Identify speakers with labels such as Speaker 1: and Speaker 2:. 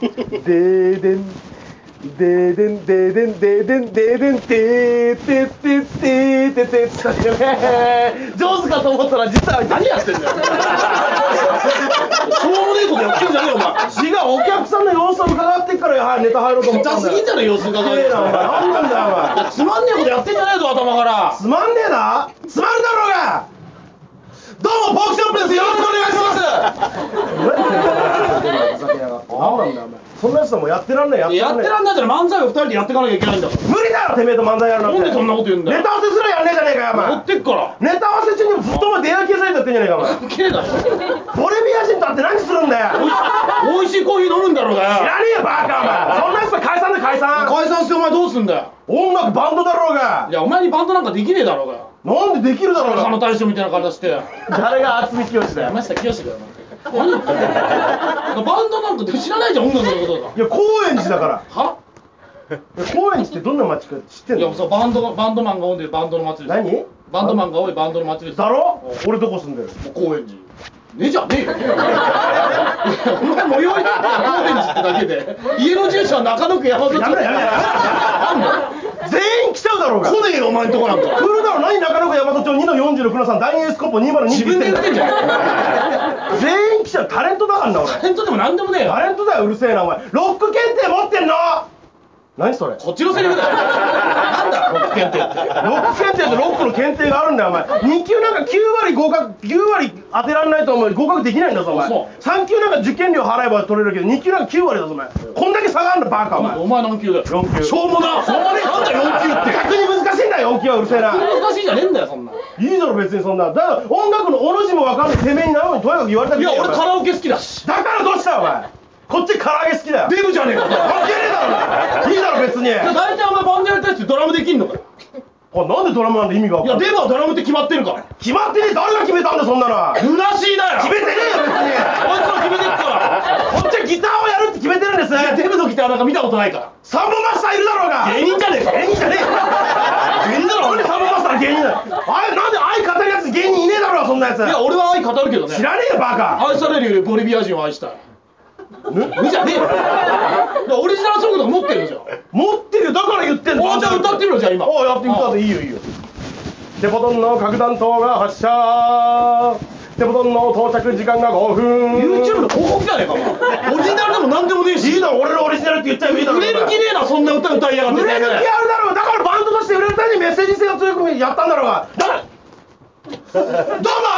Speaker 1: でーでん。でーでん、でーでん、でーでん、でーでん、でーてってってってってってってね。上手かと思ったら、実は何やっ てんだよ。
Speaker 2: しょうもねえことやってんじゃねえよお前
Speaker 1: 違う、お客さんの様子を伺ってから、はい、ネタ入ろうと思った
Speaker 2: 痛
Speaker 1: んだ
Speaker 2: す
Speaker 1: よ。
Speaker 2: ぎんじゃねえよ様子
Speaker 1: す
Speaker 2: 伺
Speaker 1: げ
Speaker 2: い
Speaker 1: えな、お前。何なんだよ、お前。
Speaker 2: つまんねえことやってんじゃねえぞ頭から
Speaker 1: つまんねえなつまるだろうが
Speaker 2: どうもポークショップですよろしくお願いします
Speaker 1: 何なんだよお前そんなやつともうやってらんないやって
Speaker 2: や
Speaker 1: らん
Speaker 2: っ
Speaker 1: な
Speaker 2: て
Speaker 1: い
Speaker 2: らんないじゃん漫才を二人でやっていかなきゃいけないんだから
Speaker 1: 無理だろてめえと漫才やるなんて
Speaker 2: なんでそんなこと言うんだよ
Speaker 1: ネタ合わせすらやんねえじゃねえかよお
Speaker 2: 持ってっから
Speaker 1: 前ネタ合わせ中にもずっとお前出会い系サイトやってんじゃねえかお前
Speaker 2: 綺麗だ し
Speaker 1: ボレビア人と会って何するんだよ
Speaker 2: おいしいコーヒー飲むんだろうが
Speaker 1: 知
Speaker 2: よ
Speaker 1: らねえよバカお前そんなやつと解散で解散
Speaker 2: 解散してお前どうすんだよ
Speaker 1: 音楽バンドだろうが
Speaker 2: いやお前にバンドなんかできねえだろうがよ
Speaker 1: なんでできるだろう
Speaker 2: 他の
Speaker 1: が
Speaker 2: 大将みたいな形して
Speaker 1: 誰が渥美清だよ
Speaker 2: 山下清だよお前何言ってんだよバンドなんか知らないじゃん音楽のことだ
Speaker 1: いや高円寺だから
Speaker 2: はい
Speaker 1: や高円寺ってどんな街か知ってん
Speaker 2: いや
Speaker 1: の
Speaker 2: そうバンドがバンドマンが多いんでバンドの祭りです
Speaker 1: 何
Speaker 2: バンドマンが多いバンドの祭りです
Speaker 1: だろ俺どこ住んでる
Speaker 2: もう高円寺ねえじゃねえよお前最寄りだったら高円寺ってだけで家の住所は中野区山里
Speaker 1: やめろやめろやめろ全員来ちゃうだろうが
Speaker 2: 来ねえよお前んとこなん
Speaker 1: 来
Speaker 2: か
Speaker 1: るだろ何中野区大和町2の46の3ダイエースコッポ202
Speaker 2: 自分で言ってんじゃん
Speaker 1: 全員来ちゃうタレントだからな俺
Speaker 2: タレントでも何でもねえよ
Speaker 1: タレントだようるせえなお前ロック検定持ってんの何それ
Speaker 2: こっちのセリフだよなんだロック検定って
Speaker 1: ロック検定とロックの検定があるんだよお前2級なんか9割合格9割当てられないとお前合格できないんだぞお前
Speaker 2: そ
Speaker 1: 3級なんか受験料払えば取れるけど2級なんか9割だぞお前こんだけ差があるんだバカお前
Speaker 2: お前何級だよ
Speaker 1: 四級
Speaker 2: しょうもなしょうもねえなんだ4級って
Speaker 1: 逆に難しいんだよ4級はうるせえな
Speaker 2: 難しいじゃねえんだよそんない
Speaker 1: いだろ別にそんなだから音楽のおろしも分かんないてめえになのにとやかく言われたく
Speaker 2: い
Speaker 1: ね
Speaker 2: や
Speaker 1: えよ
Speaker 2: 俺カラオケ好きだし
Speaker 1: だからどうしたお前こっち唐揚げ好きだよ
Speaker 2: デブじゃねえかだ
Speaker 1: 関係ねえだろお前いいだろ別に
Speaker 2: 大体お前バンドやりたいってドラムできんのかよ
Speaker 1: あなんでドラムなんて意味
Speaker 2: い
Speaker 1: が
Speaker 2: や
Speaker 1: 分かんない
Speaker 2: デブはドラムって決まってるから
Speaker 1: 決まってねえ誰が決めたんだそんなの決
Speaker 2: むなしいだよ
Speaker 1: めてねえよ別に
Speaker 2: こいつは決めてっから
Speaker 1: こっちはギターをやるって決めてるんです
Speaker 2: いやデブのギターなんか見たことないか
Speaker 1: サンボマスターいるだろうが
Speaker 2: ら芸人じゃねえか
Speaker 1: 芸人じゃねえよ芸人だろなんでサンボマスターの芸人だよあれなんで相方のやつ芸人いねえだろそんなやつ
Speaker 2: いや俺は愛語るけどね
Speaker 1: 知らねえよバカ
Speaker 2: 愛されるよりボリビア人を愛したい無じゃねえよだからオリジナルソングとか持ってるじゃん
Speaker 1: 持ってるよだから言ってんだ
Speaker 2: おーじゃあ歌ってみろじゃあ今
Speaker 1: おうやってみたでいいよいいよデポトンの核弾頭が発射デポトンの到着時間が5分
Speaker 2: YouTube の広告じゃねえかお前オリジナルでも何でもねえし
Speaker 1: いいだろ俺のオリジナルって言っちゃえばいいだろ
Speaker 2: 売れる気ねえなそんな歌歌いやがって
Speaker 1: 売れる気あるだろうだからバンドとして売れるためにメッセージ性を強くやったんだろうがだからどうも